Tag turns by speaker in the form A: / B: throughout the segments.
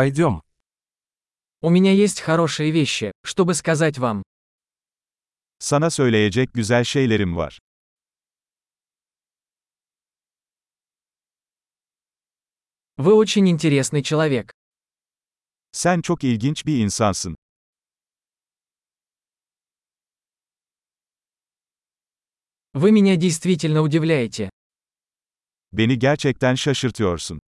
A: Пойдем.
B: У меня есть хорошие вещи, чтобы сказать вам.
C: Sana söyleyecek güzel şeylerim var.
B: Вы очень интересный человек.
C: Sen çok ilginç bir insansın.
B: Вы меня действительно удивляете.
C: Beni gerçekten şaşırtıyorsun.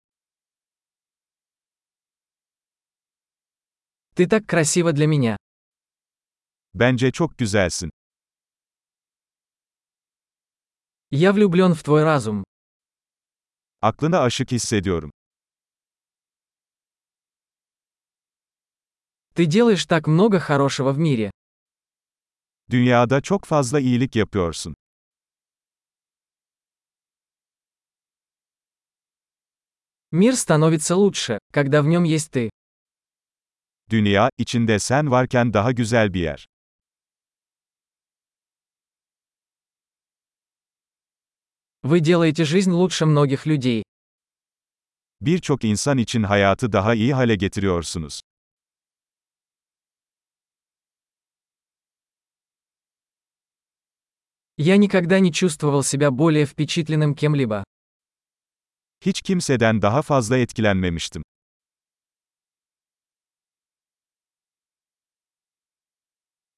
B: Ты так красива для меня.
C: Bence çok güzelsin.
B: Я влюблен в твой разум.
C: Aklına aşık hissediyorum.
B: Ты делаешь так много хорошего в мире.
C: Dünyada çok fazla iyilik yapıyorsun.
B: Мир становится лучше, когда в нем есть ты.
C: Dünya, içinde sen varken daha güzel bir yer.
B: Вы делаете жизнь лучше многих людей.
C: Birçok insan için hayatı daha iyi hale getiriyorsunuz.
B: Я никогда не чувствовал себя более впечатленным кем-либо.
C: Hiç kimseden daha fazla etkilenmemiştim.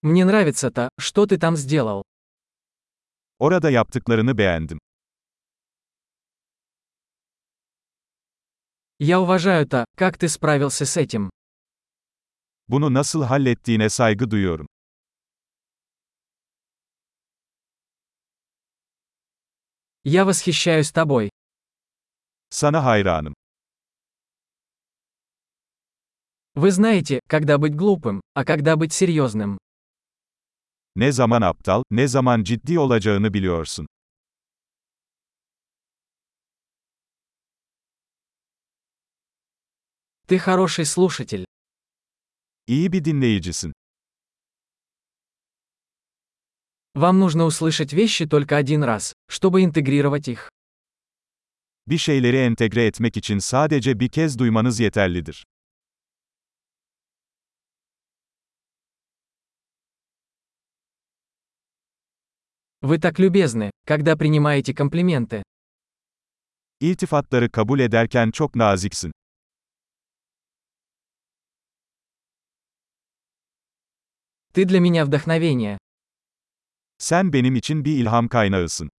B: Мне нравится то, что ты там сделал.
C: Orada yaptıklarını beğendim.
B: Я уважаю то, как ты справился с этим.
C: Bunu nasıl hallettiğine saygı duyuyorum.
B: Я восхищаюсь тобой.
C: Sana hayranım.
B: Вы знаете, когда быть глупым, а когда быть серьезным.
C: Ne zaman aptal, ne zaman ciddi olacağını biliyorsun.
B: Ты хороший слушатель.
C: İyi bir dinleyicisin.
B: Вам нужно услышать вещи только один раз, чтобы интегрировать их.
C: Bir şeyleri entegre etmek için sadece bir kez duymanız yeterlidir.
B: Вы так любезны, когда принимаете комплименты.
C: İltifatları kabul ederken çok naziksin.
B: Ты для меня вдохновение.
C: Sen benim için bir ilham kaynağısın.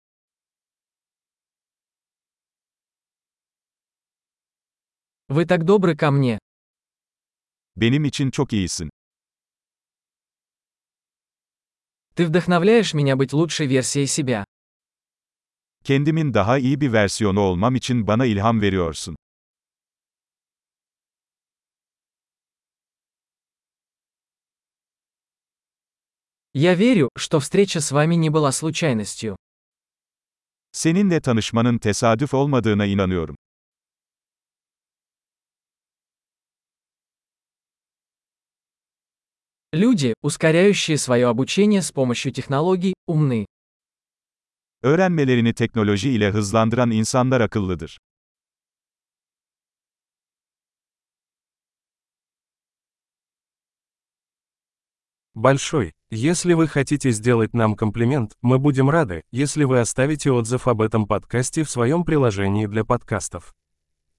B: Вы так добры ко мне.
C: Benim için çok iyisin.
B: Ты вдохновляешь меня быть лучшей версией себя.
C: Kendimin daha iyi bir versiyonu olmam için bana ilham veriyorsun.
B: Я верю, что встреча с вами не была случайностью.
C: Seninle tanışmanın tesadüf olmadığına inanıyorum.
B: Люди, ускоряющие свое обучение с помощью технологий, умны.
C: Öğrenmelerini teknoloji ile hızlandıran insanlar akıllıdır.
A: Большой. Если вы хотите сделать нам комплимент, мы будем рады, если вы оставите отзыв об этом подкасте в своем приложении для подкастов.